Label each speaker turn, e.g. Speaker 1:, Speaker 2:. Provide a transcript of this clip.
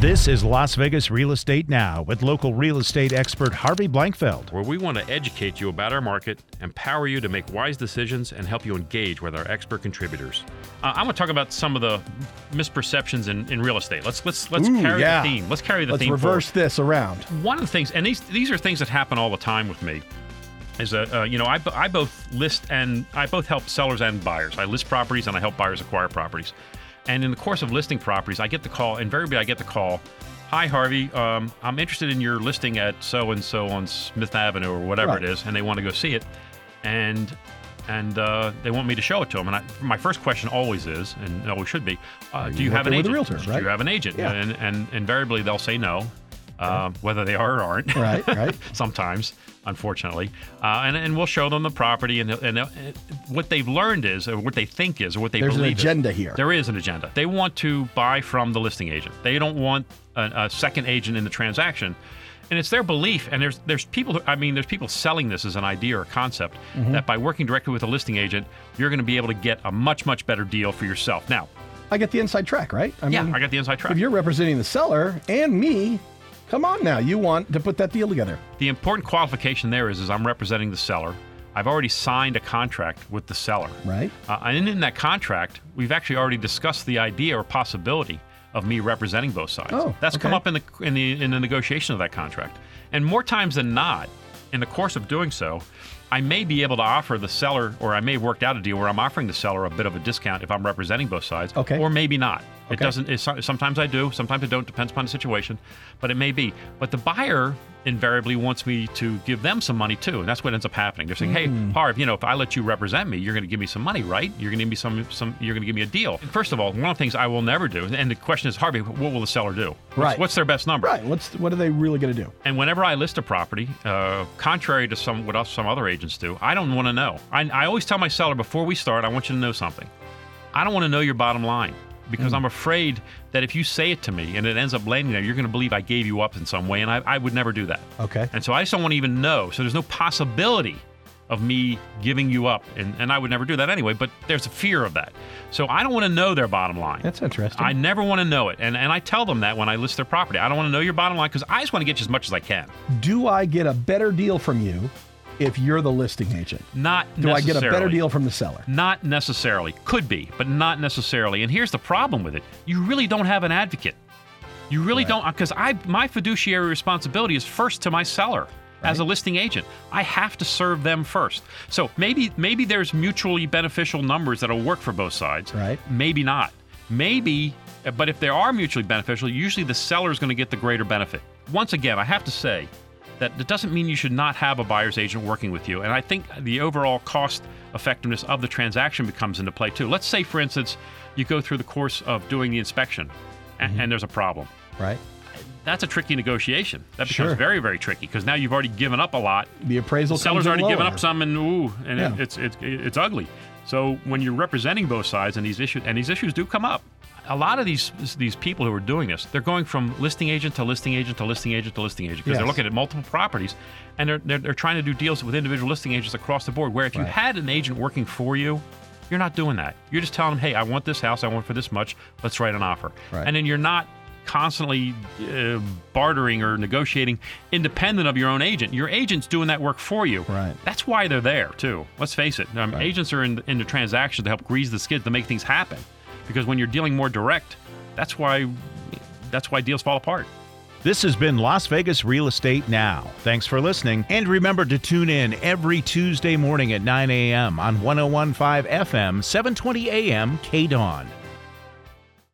Speaker 1: This is Las Vegas Real Estate Now with local real estate expert Harvey Blankfeld.
Speaker 2: where we want to educate you about our market, empower you to make wise decisions, and help you engage with our expert contributors. Uh, I'm going to talk about some of the misperceptions in, in real estate. Let's let's let's
Speaker 3: Ooh,
Speaker 2: carry
Speaker 3: yeah.
Speaker 2: the theme. Let's carry the
Speaker 3: Let's
Speaker 2: theme. forward
Speaker 3: reverse this around.
Speaker 2: one of the things, and these these are things that happen all the time with me, is that uh, you know I, bo- I both list and I both help sellers and buyers. I list properties and I help buyers acquire properties. And in the course of listing properties, I get the call. Invariably, I get the call. Hi, Harvey. Um, I'm interested in your listing at so and so on Smith Avenue or whatever
Speaker 3: Right.
Speaker 2: it is, and they want to go see it, and and uh, they want me to show it to them. And I, my first question always is, and always should be, uh, do you
Speaker 3: work
Speaker 2: have an
Speaker 3: there with
Speaker 2: agent?
Speaker 3: a realtor,
Speaker 2: do
Speaker 3: right?
Speaker 2: you have an agent?
Speaker 3: Yeah.
Speaker 2: And, and invariably, they'll say no, uh, whether they are or aren't.
Speaker 3: Right, right.
Speaker 2: sometimes, unfortunately. Uh, and, and we'll show them the property. And, and uh, what they've learned is, or what they think is, or what they
Speaker 3: There's an
Speaker 2: believe is-
Speaker 3: agenda here.
Speaker 2: There is an agenda. They want to buy from the listing agent. They don't want a, a second agent in the transaction. And it's their belief. And there's there's people. Who, I mean, there's people selling this as an idea or concept
Speaker 3: Mm-hmm.
Speaker 2: that by working directly with a listing agent, you're going to be able to get a much much better deal for yourself. Now,
Speaker 3: I get the inside track, right? I
Speaker 2: yeah, I got the inside track.
Speaker 3: if you're representing the seller and me, come on now. You want to put that deal together.
Speaker 2: The important qualification there is, is I'm representing the seller. I've already signed a contract with the seller.
Speaker 3: Right.
Speaker 2: Uh, and in that contract, we've actually already discussed the idea or possibility of me representing both sides.
Speaker 3: Oh,
Speaker 2: That's come
Speaker 3: okay.
Speaker 2: up in the in the in the negotiation of that contract. And more times than not, in the course of doing so, I may be able to offer the seller, or I may have worked out a deal where I'm offering the seller a bit of a discount if I'm representing both sides.
Speaker 3: Okay.
Speaker 2: Or maybe not. It
Speaker 3: Okay.
Speaker 2: doesn't. It's, sometimes I do. Sometimes I don't. Depends upon the situation. But it may be. But the buyer invariably wants me to give them some money too, and that's what ends up happening. They're saying,
Speaker 3: Hmm.
Speaker 2: "Hey, Harv, you know, if I let you represent me, you're going to give me some money, right? You're going to give me some. Some. You're going to give me a deal." First of all, one of the things I will never do, and the question is, Harvey, what will the seller do? What's-
Speaker 3: Right.
Speaker 2: What's their best number?
Speaker 3: Right. What's what are they really going to do?
Speaker 2: And whenever I list a property, uh, contrary to some what else some other agents do, I don't want to know. I, I always tell my seller before we start, I want you to know something. I don't want to know your bottom line
Speaker 3: Mm.
Speaker 2: because I'm afraid that if you say it to me and it ends up landing there, you're going to believe I gave you up in some way, and I, I would never do that.
Speaker 3: Okay.
Speaker 2: And so I just don't want to even know. So there's no possibility of me giving you up, and, and I would never do that anyway. But there's a fear of that. So I don't want to know their bottom line.
Speaker 3: That's interesting.
Speaker 2: I never want to know it. And, and I tell them that when I list their property. I don't want to know your bottom line because I just want to get you as much as I can.
Speaker 3: do I get a better deal from you if you're the listing agent?
Speaker 2: Not
Speaker 3: Do I
Speaker 2: necessarily.
Speaker 3: get a better deal from the seller?
Speaker 2: Not necessarily. Could be, but not necessarily. And here's the problem with it you really don't have an advocate. You really don't, because I my fiduciary responsibility is first to my seller as a listing agent. I have to serve them first. So maybe maybe there's mutually beneficial numbers that'll work for both sides.
Speaker 3: Right.
Speaker 2: Maybe not. Maybe, but if there are mutually beneficial, usually the seller's going to get the greater benefit. Once again, I have to say that it doesn't mean you should not have a buyer's agent working with you. And I think the overall cost effectiveness of the transaction becomes into play too. Let's say, for instance, you go through the course of doing the inspection a- and there's a problem
Speaker 3: Right.
Speaker 2: that's a tricky negotiation. That becomes
Speaker 3: Sure.
Speaker 2: very, very tricky because now you've already given up a lot.
Speaker 3: The appraisal.
Speaker 2: The seller's
Speaker 3: comes in
Speaker 2: already given
Speaker 3: lower.
Speaker 2: up some, and ooh, and
Speaker 3: Yeah.
Speaker 2: it, it's it's it's ugly. So when you're representing both sides, and these issues and these issues do come up, a lot of these these people who are doing this, they're going from listing agent to listing agent to listing agent to listing agent because they're
Speaker 3: Yes.
Speaker 2: looking at multiple properties, and they're, they're they're trying to do deals with individual listing agents across the board. Where if you had an agent working for you. You're not doing that. You're just telling them, "Hey, I want this house. I want it for this much. Let's write an offer."
Speaker 3: Right.
Speaker 2: And then you're not constantly uh, bartering or negotiating independent of your own agent. Your agent's doing that work for you.
Speaker 3: Right.
Speaker 2: That's why they're there too. Let's face it. Um, Agents are in, in the transaction to help grease the skids to make things happen, because when you're dealing more direct, that's why that's why deals fall apart.
Speaker 1: This has been Las Vegas Real Estate Now. Thanks for listening. And remember to tune in every oh Tuesday morning at 9 a.m. on 1015 FM, 720 a.m. KDON.